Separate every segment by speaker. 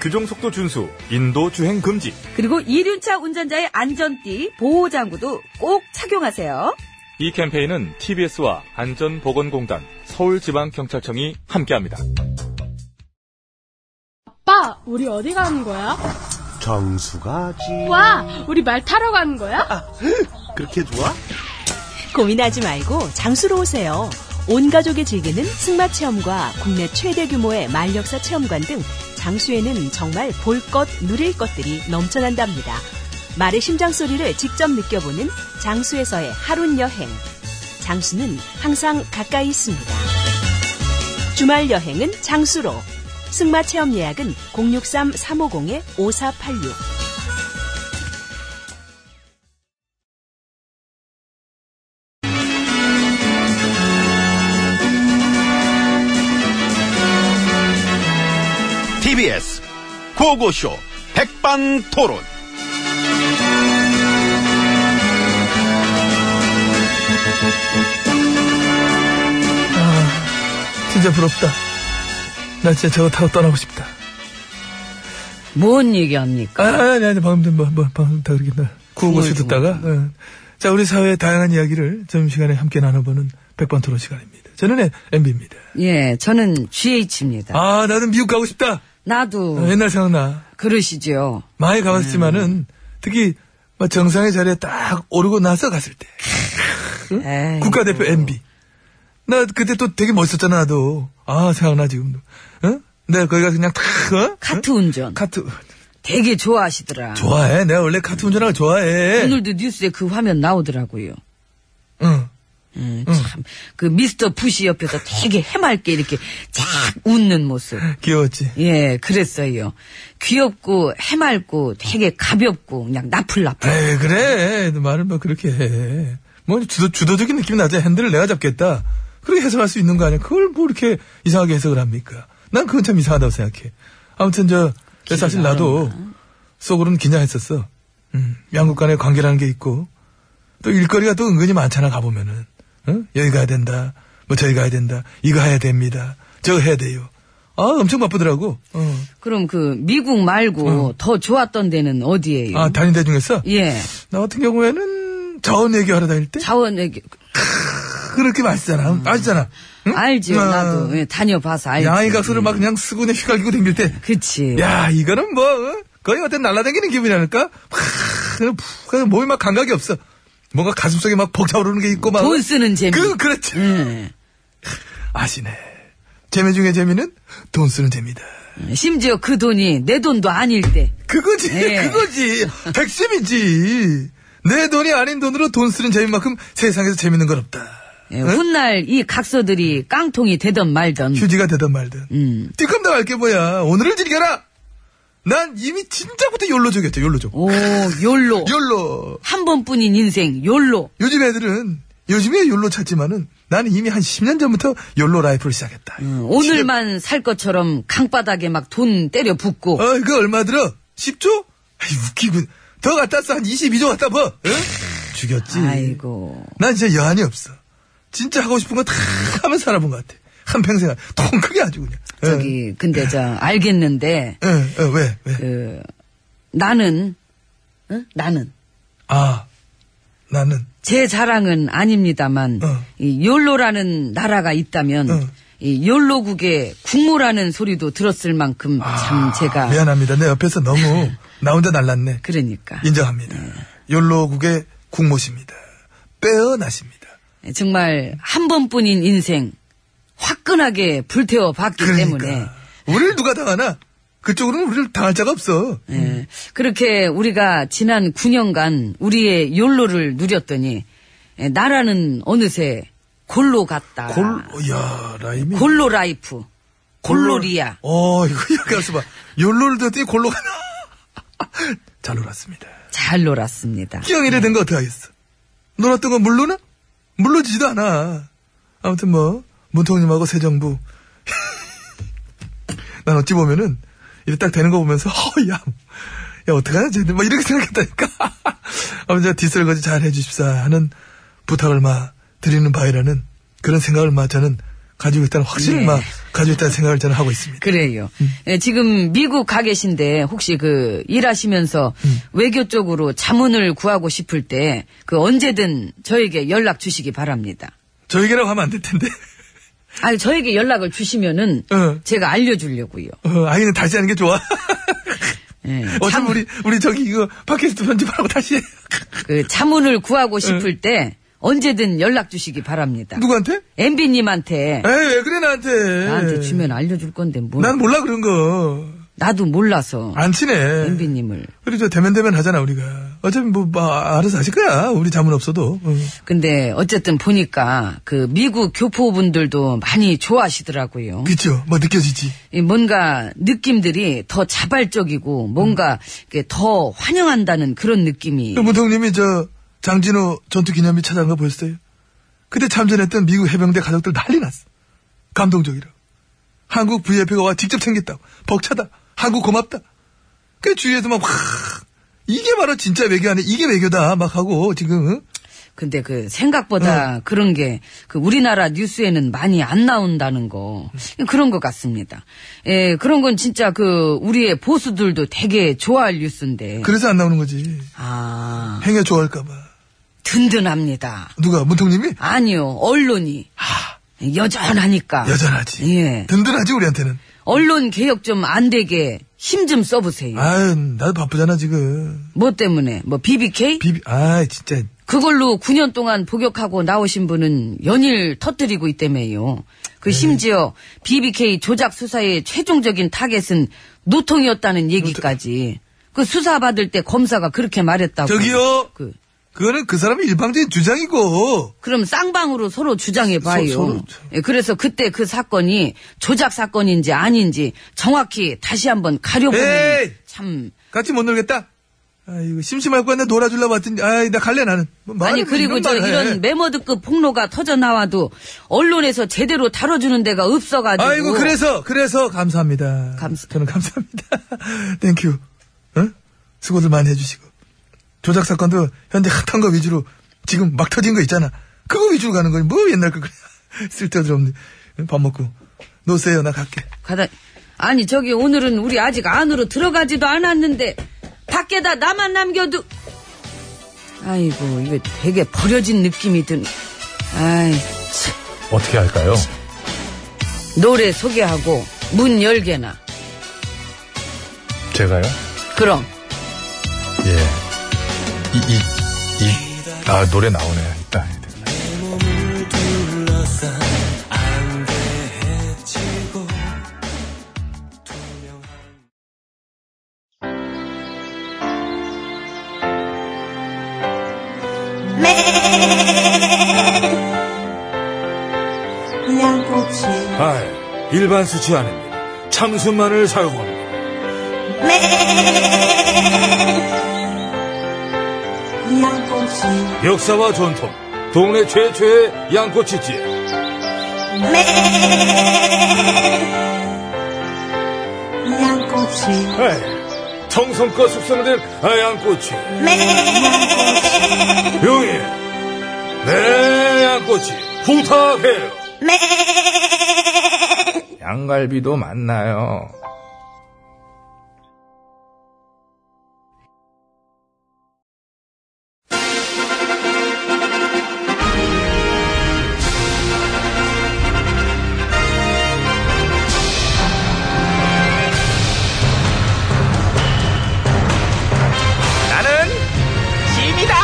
Speaker 1: 규정속도 준수, 인도 주행 금지.
Speaker 2: 그리고 이륜차 운전자의 안전띠, 보호장구도 꼭 착용하세요.
Speaker 1: 이 캠페인은 TBS와 안전보건공단, 서울지방경찰청이 함께합니다.
Speaker 3: 아빠, 우리 어디 가는 거야?
Speaker 4: 정수 가지.
Speaker 3: 와, 우리 말 타러 가는 거야?
Speaker 4: 그렇게 좋아?
Speaker 5: 고민하지 말고 장수로 오세요. 온 가족이 즐기는 승마 체험과 국내 최대 규모의 말력사 체험관 등 장수에는 정말 볼 것, 누릴 것들이 넘쳐난답니다. 말의 심장 소리를 직접 느껴보는 장수에서의 하룬 여행. 장수는 항상 가까이 있습니다. 주말 여행은 장수로. 승마 체험 예약은 063-350-5486.
Speaker 6: TBS 고고쇼 백반토론.
Speaker 7: 진짜 부럽다 나 진짜 저거 타고 떠나고 싶다
Speaker 2: 뭔 얘기합니까?
Speaker 7: 아, 아니, 아니, 방금 전, 뭐, 뭐, 방금 다 그렇게 나, 구호고시 듣다가,
Speaker 2: 뭐.
Speaker 7: 어. 자, 우리 사회의 다양한 이야기를 점심시간에 함께 나눠보는 백반 토론 시간입니다. 저는 MB입니다.
Speaker 2: 예, 저는 GH입니다.
Speaker 7: 아, 나는 미국 가고 싶다!
Speaker 2: 나도
Speaker 7: 어,
Speaker 2: 네.
Speaker 7: 옛날 생각나.
Speaker 2: 그러시죠.
Speaker 7: 많이
Speaker 2: 음.
Speaker 7: 가봤지만은, 특히, 막 정상의 자리에 딱 오르고 나서 갔을 때.
Speaker 2: 네. 에이,
Speaker 7: 국가대표 MB. 나 그때 또 되게 멋있었잖아, 나도. 아, 생각나, 지금도. 응? 내가 거기 가서 그냥 탁, 어?
Speaker 2: 카트 운전
Speaker 7: 카트.
Speaker 2: 되게 좋아하시더라.
Speaker 7: 좋아해. 내가 원래 카트 운전하는 걸 좋아해.
Speaker 2: 오늘도 뉴스에 그 화면 나오더라고요.
Speaker 7: 응.
Speaker 2: 음, 참, 그 미스터 푸시 옆에서 되게 해맑게 이렇게 쫙 웃는 모습.
Speaker 7: 귀여웠지.
Speaker 2: 예, 그랬어요. 귀엽고 해맑고 되게 가볍고 그냥 나풀나풀.
Speaker 7: 에이, 그래. 너 말을 뭐 그렇게 해. 뭐 주도, 주도적인 느낌이 나지. 핸들을 내가 잡겠다. 그렇게 해석할 수 있는 거 아니야. 그걸 뭐 이렇게 이상하게 해석을 합니까? 난 그건 참 이상하다고 생각해. 아무튼 저, 사실 나도 속으로는 긴장했었어. 음, 양국 간의 관계라는 게 있고, 또 일거리가 또 은근히 많잖아, 가보면은. 어? 여기 가야 된다. 뭐 저기 가야 된다. 이거 해야 됩니다. 저거 해야 돼요. 아, 엄청 바쁘더라고. 어.
Speaker 2: 그럼 그 미국 말고 더 좋았던 데는 어디예요?
Speaker 7: 아, 다닌 데 중에서?
Speaker 2: 예,
Speaker 7: 나 같은 경우에는 자원 얘기하러 다닐 때?
Speaker 2: 자원 얘기
Speaker 7: 그렇게 맛있잖아. 맛있잖아. 응?
Speaker 2: 음. 알지요.
Speaker 7: 아,
Speaker 2: 나도 예, 다녀봐서 알지.
Speaker 7: 양이 각서를 막 그냥 쓰고 그냥 휘갈기고 댕길 때.
Speaker 2: 그치.
Speaker 7: 야, 이거는 뭐, 어? 거의 어떤 날라다니는 기분이랄까? 팍, 그냥 푹, 그냥 몸이 막 감각이 없어. 뭔가 가슴속에 막 벅차오르는 게 있고 막.
Speaker 2: 돈 쓰는 재미.
Speaker 7: 그, 그렇지.
Speaker 2: 예.
Speaker 7: 아시네. 재미 중에 재미는 돈 쓰는 재미다.
Speaker 2: 심지어 그 돈이 내 돈도 아닐 때.
Speaker 7: 그거지,
Speaker 2: 예.
Speaker 7: 그거지. 백심이지. 내 돈이 아닌 돈으로 돈 쓰는 재미만큼 세상에서 재밌는 건 없다.
Speaker 2: 예, 훗날 이 각서들이 깡통이 되던 말던.
Speaker 7: 휴지가 되든 말든.
Speaker 2: 음.
Speaker 7: 띠끔 당할 게 뭐야. 오늘을 즐겨라! 난 이미 진짜부터 욜로족이었죠, 욜로족.
Speaker 2: 오, 욜로.
Speaker 7: 욜로.
Speaker 2: 한 번뿐인 인생, 욜로.
Speaker 7: 요즘 애들은, 요즘에 욜로 찾지만은, 나는 이미 한 10년 전부터 욜로 라이프를 시작했다.
Speaker 2: 음, 오늘만 살 것처럼 강바닥에 막 돈 때려 붓고.
Speaker 7: 어, 이거 얼마 들어? 10조? 아이, 웃기군. 더 갖다 써한 22조 갖다 봐. 응? 죽였지.
Speaker 2: 아이고.
Speaker 7: 난 진짜 여한이 없어. 진짜 하고 싶은 거 다 하면 살아본 것 같아. 한평생, 통 크게 아주 그냥. 어,
Speaker 2: 저기, 근데 저, 알겠는데,
Speaker 7: 어, 어, 왜, 왜.
Speaker 2: 그, 나는, 응? 나는,
Speaker 7: 아, 나는.
Speaker 2: 제 자랑은 아닙니다만,
Speaker 7: 어.
Speaker 2: 이 욜로라는 나라가 있다면,
Speaker 7: 어.
Speaker 2: 이 욜로국의 국모라는 소리도 들었을 만큼 참 제가,
Speaker 7: 아, 미안합니다. 내 옆에서 너무 나 혼자 날랐네.
Speaker 2: 그러니까.
Speaker 7: 인정합니다. 욜로국의 국모십니다. 빼어나십니다.
Speaker 2: 예, 정말 한 번뿐인 인생, 화끈하게 불태워 봤기 때문에,
Speaker 7: 그러니까 우리를 누가 당하나? 그쪽으로는 우리를 당할 자가 없어.
Speaker 2: 예, 그렇게 우리가 지난 9년간 우리의 욜로를 누렸더니 예, 나라는 어느새 골로 갔다.
Speaker 7: 골, 야 라임이.
Speaker 2: 골로 라이프. 골로리아.
Speaker 7: 어, 이거, 이렇게 가서 봐. 욜로를 듣더니 골로 가나? 잘 놀았습니다.
Speaker 2: 잘 놀았습니다.
Speaker 7: 기왕 이래 된 거 어떡하겠어. 놀았던 건 물러나? 물러지지도 않아. 아무튼 뭐, 문통님하고 새 정부. 난 어찌 보면은, 이래 딱 되는 거 보면서, 허, 야, 야, 어떡하냐, 쟤들. 막 이렇게 생각했다니까. 아무튼 제가 디스를거지 잘 해주십사 하는 부탁을 마, 드리는 바이라는 그런 생각을 마, 저는 가지고 있다는 확신을
Speaker 2: 네.
Speaker 7: 마, 가지고 있다는 생각을 저는 하고 있습니다.
Speaker 2: 그래요. 예, 지금 미국 가 계신데 혹시 그 일하시면서 외교 쪽으로 자문을 구하고 싶을 때 그 언제든 저에게 연락 주시기 바랍니다.
Speaker 7: 저에게라고 하면 안 될 텐데.
Speaker 2: 아니 저에게 연락을 주시면은
Speaker 7: 어.
Speaker 2: 제가 알려주려고요.
Speaker 7: 어, 아이는 다시 하는 게 좋아.
Speaker 2: 예,
Speaker 7: 어차피 우리, 우리 저기 이거 팟캐스트 편집하라고 다시 해.
Speaker 2: 그 자문을 구하고 싶을 때 언제든 연락 주시기 바랍니다.
Speaker 7: 누구한테?
Speaker 2: MB님한테
Speaker 7: 에이, 왜 그래, 예. 나한테.
Speaker 2: 나한테 주면 알려줄 건데 뭐
Speaker 7: 네. 난 몰라, 아, 네. 그런 거.
Speaker 2: 나도 몰라서
Speaker 7: 안 친해.
Speaker 2: MB님을
Speaker 7: 그리고 저 대면대면 하잖아, 우리가. 어차피 뭐, 뭐, 알아서 하실 거야. 우리 자문 없어도. 어.
Speaker 2: 근데 어쨌든 보니까 그 미국 교포분들도 많이 좋아하시더라고요.
Speaker 7: 그쵸? 뭐 느껴지지?
Speaker 2: 이 뭔가 느낌들이 더 자발적이고
Speaker 7: 음.
Speaker 2: 뭔가 이렇게 더 환영한다는 그런 느낌이
Speaker 7: 그 문통님이 저, 장진호 전투 기념비 찾아간 거 보셨어요? 그때 참전했던 미국 해병대 가족들 난리 났어. 감동적이라고. 한국 VF가 와 직접 챙겼다고. 벅차다. 한국 고맙다. 그 주위에서 막, 와, 이게 바로 진짜 외교 아니 이게 외교다. 막 하고, 지금.
Speaker 2: 근데 그
Speaker 7: 어.
Speaker 2: 생각보다 그런 게 그 우리나라 뉴스에는 많이 안 나온다는 거
Speaker 7: 음.
Speaker 2: 그런 것 같습니다. 예, 그런 건 진짜 그 우리의 보수들도 되게 좋아할 뉴스인데
Speaker 7: 그래서 안 나오는 거지.
Speaker 2: 아
Speaker 7: 행여 좋아할까봐.
Speaker 2: 든든합니다.
Speaker 7: 누가, 문통님이?
Speaker 2: 아니요 언론이 여전하니까
Speaker 7: 여전하지.
Speaker 2: 아, 예
Speaker 7: 든든하지, 우리한테는.
Speaker 2: 언론 개혁 좀 안 되게 힘 좀 써보세요.
Speaker 7: 아유, 나도 바쁘잖아, 지금.
Speaker 2: 뭐 때문에 뭐 BBK
Speaker 7: 비비, 아 진짜.
Speaker 2: 그걸로 9년 동안 복역하고 나오신 분은 연일 터뜨리고 있다며요.
Speaker 7: 네.
Speaker 2: 그 심지어 BBK 조작 수사의 최종적인 타겟은 노통이었다는 얘기까지. 그 수사 받을 때 검사가 그렇게 말했다고.
Speaker 7: 저기요!
Speaker 2: 그
Speaker 7: 그거는 그 사람의 일방적인 주장이고.
Speaker 2: 그럼 쌍방으로 서로 주장해 봐요.
Speaker 7: 서- 서로 참.
Speaker 2: 그래서 그때 그 사건이 조작 사건인지 아닌지 정확히 다시 한번
Speaker 7: 에이!
Speaker 2: 가려보면 참
Speaker 7: 같이 못 놀겠다? 아이고, 심심할 거 같네, 놀아주려고 왔더니, 아이, 나 갈래, 나는. 뭐 말을
Speaker 2: 아니 그리고
Speaker 7: 이런
Speaker 2: 저
Speaker 7: 말을 예. 해.
Speaker 2: 이런 메머드급 폭로가 터져 나와도 언론에서 제대로 다뤄주는 데가 없어가지고.
Speaker 7: 아이고, 그래서, 그래서, 감사합니다.
Speaker 2: 감사-
Speaker 7: 저는 감사합니다. 땡큐. 응? 수고들 많이 해주시고. 조작사건도 현재 핫한 거 위주로 지금 막 터진 거 있잖아. 그거 위주로 가는 거지. 뭐 옛날 거 그래. 쓸데없는. 밥 먹고. 노세요, 나 갈게.
Speaker 2: 가다- 아니 저기 오늘은 우리 아직 안으로 들어가지도 않았는데 밖에다 나만 남겨두. 아이고 이거 되게 버려진 느낌이 든. 아이 참.
Speaker 1: 어떻게 할까요?
Speaker 2: 노래 소개하고 문 열게나.
Speaker 1: 제가요?
Speaker 2: 그럼
Speaker 1: 예. 이, 이, 이. 아, 노래 나오네. 일단. 아, 일반 수치 아닙니다. 참순만을 사용합니다. 역사와 전통, 동네 최초의 양꼬치집. 에이, 정성껏 숙성된 양꼬치. 용인, 내 네, 양꼬치 부탁해요. 양갈비도 만나요.
Speaker 6: 나는 짐이다.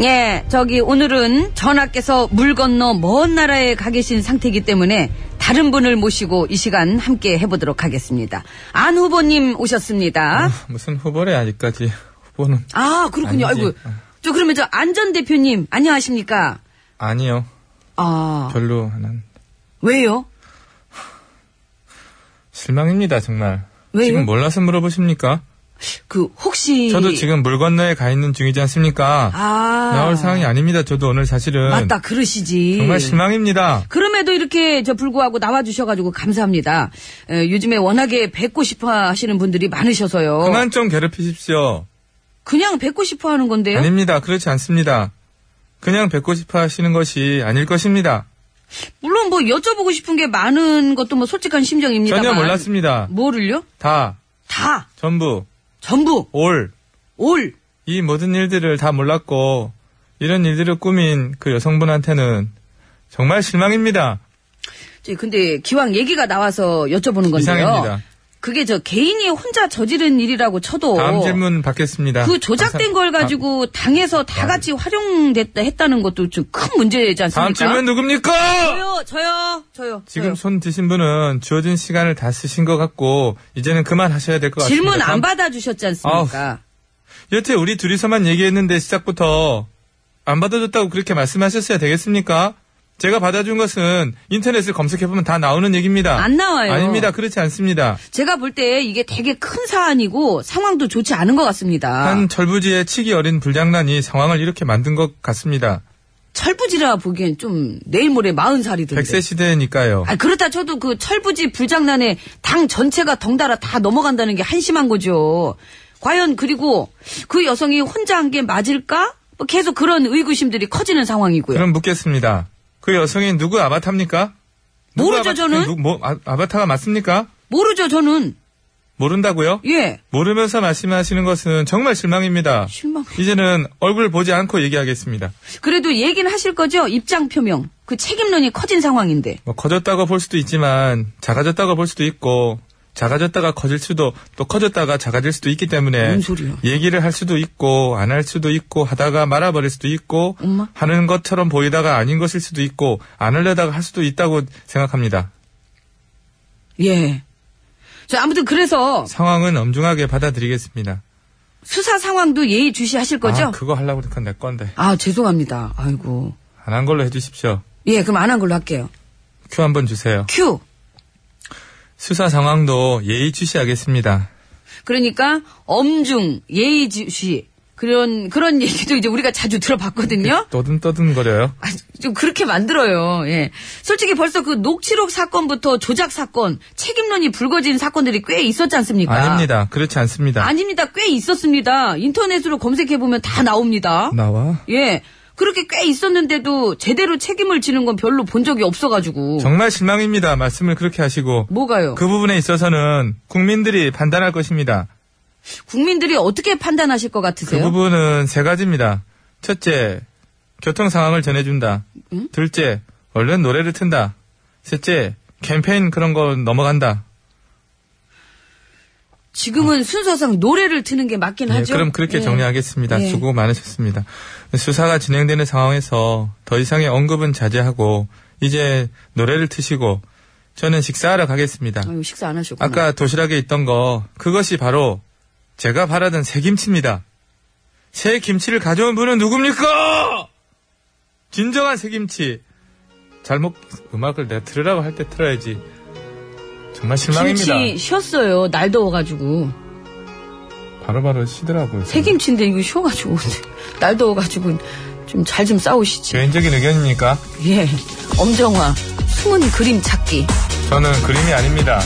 Speaker 2: 예 저기 오늘은 전하께서 물 건너 먼 나라에 가 계신 상태이기 때문에 다른 분을 모시고 이 시간 함께 해보도록 하겠습니다. 안 후보님 오셨습니다.
Speaker 7: 무슨 후보래 아직까지 후보는
Speaker 2: 아, 그렇군요.
Speaker 7: 아니지.
Speaker 2: 아이고. 저 그러면 저 안 전 대표님 안녕하십니까?
Speaker 7: 아니요
Speaker 2: 아,
Speaker 7: 별로 난
Speaker 2: 왜요?
Speaker 7: 실망입니다 정말
Speaker 2: 왜요?
Speaker 7: 지금 몰라서 물어보십니까?
Speaker 2: 그 혹시
Speaker 7: 저도 지금 물 건너에 가 있는 중이지 않습니까?
Speaker 2: 아.
Speaker 7: 나올 상황이 아닙니다. 저도 오늘 사실은
Speaker 2: 맞다 그러시지.
Speaker 7: 정말 실망입니다.
Speaker 2: 그럼에도 이렇게 저 불구하고 나와주셔가지고 감사합니다. 에, 요즘에 워낙에 뵙고 싶어 하시는 분들이 많으셔서요.
Speaker 7: 그만 좀 괴롭히십시오.
Speaker 2: 냥 뵙고 싶어 하는 건데요.
Speaker 7: 아닙니다. 그렇지 않습니다. 그냥 뵙고 싶어 하시는 것이 아닐 것입니다.
Speaker 2: 물론 뭐 여쭤보고 싶은 게 많은 것도 뭐 솔직한 심정입니다만.
Speaker 7: 전혀 몰랐습니다.
Speaker 2: 뭐를요?
Speaker 7: 다,
Speaker 2: 다,
Speaker 7: 전부,
Speaker 2: 전부,
Speaker 7: 올,
Speaker 2: 올.
Speaker 7: 이 모든 일들을 다 몰랐고, 이런 일들을 꾸민 그 여성분한테는 정말 실망입니다.
Speaker 2: 저 예, 근데 기왕 얘기가 나와서 여쭤보는 건데요.
Speaker 7: 이상입니다.
Speaker 2: 그게 저 개인이 혼자 저지른 일이라고 쳐도
Speaker 7: 다음 질문 받겠습니다.
Speaker 2: 그 조작된
Speaker 7: 감사-
Speaker 2: 걸
Speaker 7: 다-
Speaker 2: 가지고 당에서 다 같이 활용됐다 했다는 것도 좀 큰 문제지 않습니까?
Speaker 7: 다음 질문 누굽니까?
Speaker 2: 저요, 저요, 저요.
Speaker 7: 지금
Speaker 2: 저요.
Speaker 7: 손 드신 분은 주어진 시간을 다 쓰신 것 같고 이제는 그만 하셔야 될 것 같습니다.
Speaker 2: 질문 안
Speaker 7: 다음-
Speaker 2: 받아주셨지 않습니까?
Speaker 7: 여태 우리 둘이서만 얘기했는데 시작부터 안 받아줬다고 그렇게 말씀하셨어야 되겠습니까? 제가 받아준 것은 인터넷을 검색해보면 다 나오는 얘기입니다.
Speaker 2: 안 나와요.
Speaker 7: 아닙니다. 그렇지 않습니다.
Speaker 2: 제가 볼 때 이게 되게 큰 사안이고 상황도 좋지 않은 것 같습니다.
Speaker 7: 한 절부지의 치기 어린 불장난이 상황을 이렇게 만든 것 같습니다.
Speaker 2: 철부지라 보기엔 좀 내일 모레 마흔 살이던데.
Speaker 7: 백세 시대니까요.
Speaker 2: 아, 그렇다 쳐도 그 철부지 불장난에 당 전체가 덩달아 다 넘어간다는 게 한심한 거죠. 과연 그리고 그 여성이 혼자 한 게 맞을까? 뭐 계속 그런 의구심들이 커지는 상황이고요.
Speaker 7: 그럼 묻겠습니다. 그 여성이 누구 아바타입니까? 누구
Speaker 2: 모르죠,
Speaker 7: 아바-
Speaker 2: 저는.
Speaker 7: 누- 뭐, 아, 아바타가 맞습니까?
Speaker 2: 모르죠, 저는.
Speaker 7: 모른다고요?
Speaker 2: 예.
Speaker 7: 모르면서 말씀하시는 것은 정말 실망입니다.
Speaker 2: 실망.
Speaker 7: 이제는 얼굴 보지 않고 얘기하겠습니다.
Speaker 2: 그래도 얘기는 하실 거죠? 입장 표명. 그 책임론이 커진 상황인데.
Speaker 7: 뭐 커졌다고 볼 수도 있지만 작아졌다고 볼 수도 있고 작아졌다가 커질 수도 또 커졌다가 작아질 수도 있기 때문에
Speaker 2: 뭔 소리야.
Speaker 7: 얘기를 할 수도 있고 안 할 수도 있고 하다가 말아버릴 수도 있고
Speaker 2: 엄마?
Speaker 7: 하는 것처럼 보이다가 아닌 것일 수도 있고 안 하려다가 할 수도 있다고 생각합니다.
Speaker 2: 예. 저 아무튼 그래서
Speaker 7: 상황은 엄중하게 받아들이겠습니다.
Speaker 2: 수사 상황도 예의 주시하실
Speaker 7: 아,
Speaker 2: 거죠?
Speaker 7: 그거 하려고 그랬건 내 건데
Speaker 2: 아, 죄송합니다. 아이고.
Speaker 7: 안 한 걸로 해주십시오.
Speaker 2: 예, 그럼 안 한 걸로 할게요.
Speaker 7: 큐 한번 주세요.
Speaker 2: 큐.
Speaker 7: 수사 상황도 예의주시하겠습니다.
Speaker 2: 그러니까 엄중, 예의 주시. 그런 그런 얘기도 이제 우리가 자주 들어봤거든요.
Speaker 7: 떠듬떠듬거려요.
Speaker 2: 아, 좀 그렇게 만들어요. 예. 솔직히 벌써 그 녹취록 사건부터 조작 사건, 책임론이 불거진 사건들이 꽤 있었지 않습니까?
Speaker 7: 아닙니다. 그렇지 않습니다.
Speaker 2: 아닙니다. 꽤 있었습니다. 인터넷으로 검색해보면 다 나옵니다.
Speaker 7: 나와?
Speaker 2: 예. 그렇게 꽤 있었는데도 제대로 책임을 지는 건 별로 본 적이 없어가지고.
Speaker 7: 정말 실망입니다. 말씀을 그렇게 하시고.
Speaker 2: 뭐가요?
Speaker 7: 그 부분에 있어서는 국민들이 판단할 것입니다.
Speaker 2: 국민들이 어떻게 판단하실 것
Speaker 7: 그
Speaker 2: 같으세요?
Speaker 7: 부분은 세 가지입니다. 첫째, 교통 상황을 전해준다. 둘째, 얼른 노래를 튼다. 셋째, 캠페인 그런 거 넘어간다.
Speaker 2: 지금은 순서상 노래를 트는 게 맞긴
Speaker 7: 예,
Speaker 2: 하죠.
Speaker 7: 그럼 그렇게
Speaker 2: 예.
Speaker 7: 정리하겠습니다.
Speaker 2: 예.
Speaker 7: 수고 많으셨습니다. 수사가 진행되는 상황에서 더 이상의 언급은 자제하고 이제 노래를 트시고 저는 식사하러 가겠습니다.
Speaker 2: 아유, 식사 안 하셨구나.
Speaker 7: 아까 도시락에 있던 거 그것이 바로 제가 바라던 새 김치입니다. 새 김치를 가져온 분은 누굽니까? 진정한 새 김치. 잘못 음악을 내 틀으라고 할 때 틀어야지. 정말 실망입니다.
Speaker 2: 김치 쉬었어요. 날 더워가지고.
Speaker 7: 바로바로 쉬더라고요.
Speaker 2: 새김치인데 이거 쉬어가지고. 날 더워가지고 좀 잘 좀 싸우시지.
Speaker 7: 개인적인 의견이니까
Speaker 2: 예. 엄정화. 숨은 그림 찾기.
Speaker 7: 저는 그림이 아닙니다.